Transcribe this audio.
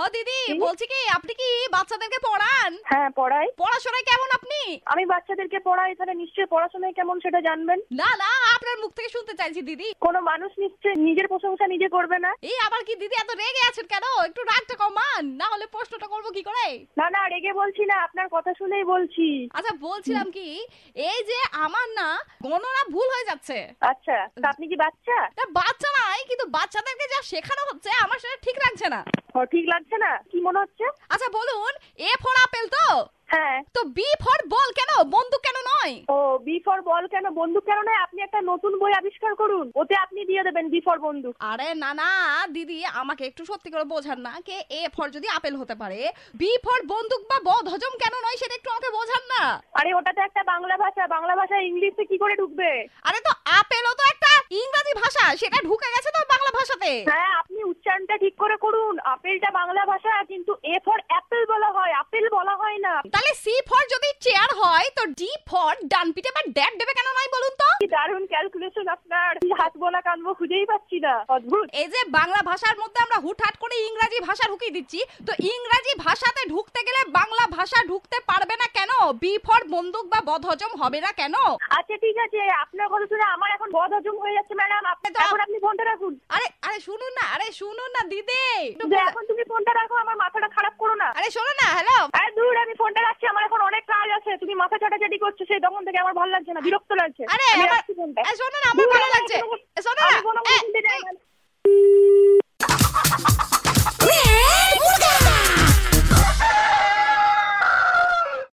বলছি কি আপনি কি বাচ্চাদেরকে পড়ান হ্যাঁ পড়াই পড়াশোনায় কেমন আপনি আমি বাচ্চাদেরকে পড়াই তাহলে নিশ্চয়ই পড়াশোনায় কেমন সেটা জানবেন না না আপনার মুখ থেকে শুনতে চাইছি দিদি কোনো মানুষ নিশ্চয়ই নিজের প্রশংসা নিজে করবে না এই আবার কি দিদি এত রেগে আছেন কেন একটু রাগটা কমান না হলে প্রশ্নটা করবো কি করে না না রেগে বলছি না আপনার কথা শুনেই বলছি আচ্ছা বলছিলাম কি এই যে আমার না গণনা ভুল হয়ে যাচ্ছে আচ্ছা তা আপনি কি বাচ্চা না বাচ্চা নাই কিন্তু বাচ্চাদেরকে যা শেখানো হচ্ছে আমার সেটা ঠিক লাগছে না ও, ঠিক লাগছে না কি মনে হচ্ছে আচ্ছা বলুন এ ফর আপেল তো হ্যাঁ তো বি ফর বল কেন বন্দুক কেন নয় ও বি ফর বল কেন বন্দুক কেন নয় আপনি একটা নতুন বই আবিষ্কার করুন ওতে আপনি দিয়ে দেবেন বি ফর বন্দুক আরে না না দিদি আমাকে একটু সত্যি করে বোঝান না কে এ ফর যদি আপেল হতে পারে বি ফর বন্দুক বা বদ হজম কেন নয় সেটা একটু আমাকে বোঝান না আরে ওটা তো একটা বাংলা ভাষা বাংলা ভাষা ইংলিশে কি করে ঢুকবে আরে তো আপেলও তো একটা ইংরেজি ভাষা সেটা ঢুকে গেছে তো বাংলা ভাষাতে হ্যাঁ আপনি উচ্চারণটা ঠিক করে করুন আপেলটা বাংলা ভাষা কিন্তু এ ফর অ্যাপেল বলা হয় আপেল বলা হয় না তাহলে সি ফর যদি চেয়ার হয় তো ডি ফর ডান পিঠে বা ড্যাড দেবে কেন নয় বলুন তো কি দারুণ ক্যালকুলেশন আপনার কি হাত বোনা কানবো খুঁজেই পাচ্ছি না অদ্ভুত এই যে বাংলা ভাষার মধ্যে আমরা হুটহাট করে ইংরাজি ভাষা ঢুকিয়ে দিচ্ছি তো ইংরাজি ভাষাতে ঢুকতে গেলে বাংলা ভাষা ঢুকতে পারবে না কেন বি ফর বন্দুক বা বদহজম হবে না কেন আচ্ছা ঠিক আছে আপনার কথা শুনে আমার এখন বদ হজম হয়ে যাচ্ছে ম্যাডাম আপনি তো- এখন আপনি ফোনটা রাখুন আরে আরে শুনুন না আরে শুনুন না দিদি একটু যে বোঝা- এখন তুমি ফোনটা রাখো আমার মাথাটা খারাপ করো না আরে শোনো না হ্যালো আরে দূর আমি ফোনটা রাখছি আমার এখন অনেক কাজ আছে তুমি মাথা চাটাচাটি করছো সেই তখন থেকে আমার ভালো লাগছে না বিরক্ত লাগছে আরে আমি আমার রাখছি ফোনটা আরে শোনো না আমার দূর ভালো আমার লাগছে কোনো- শোনো না আমি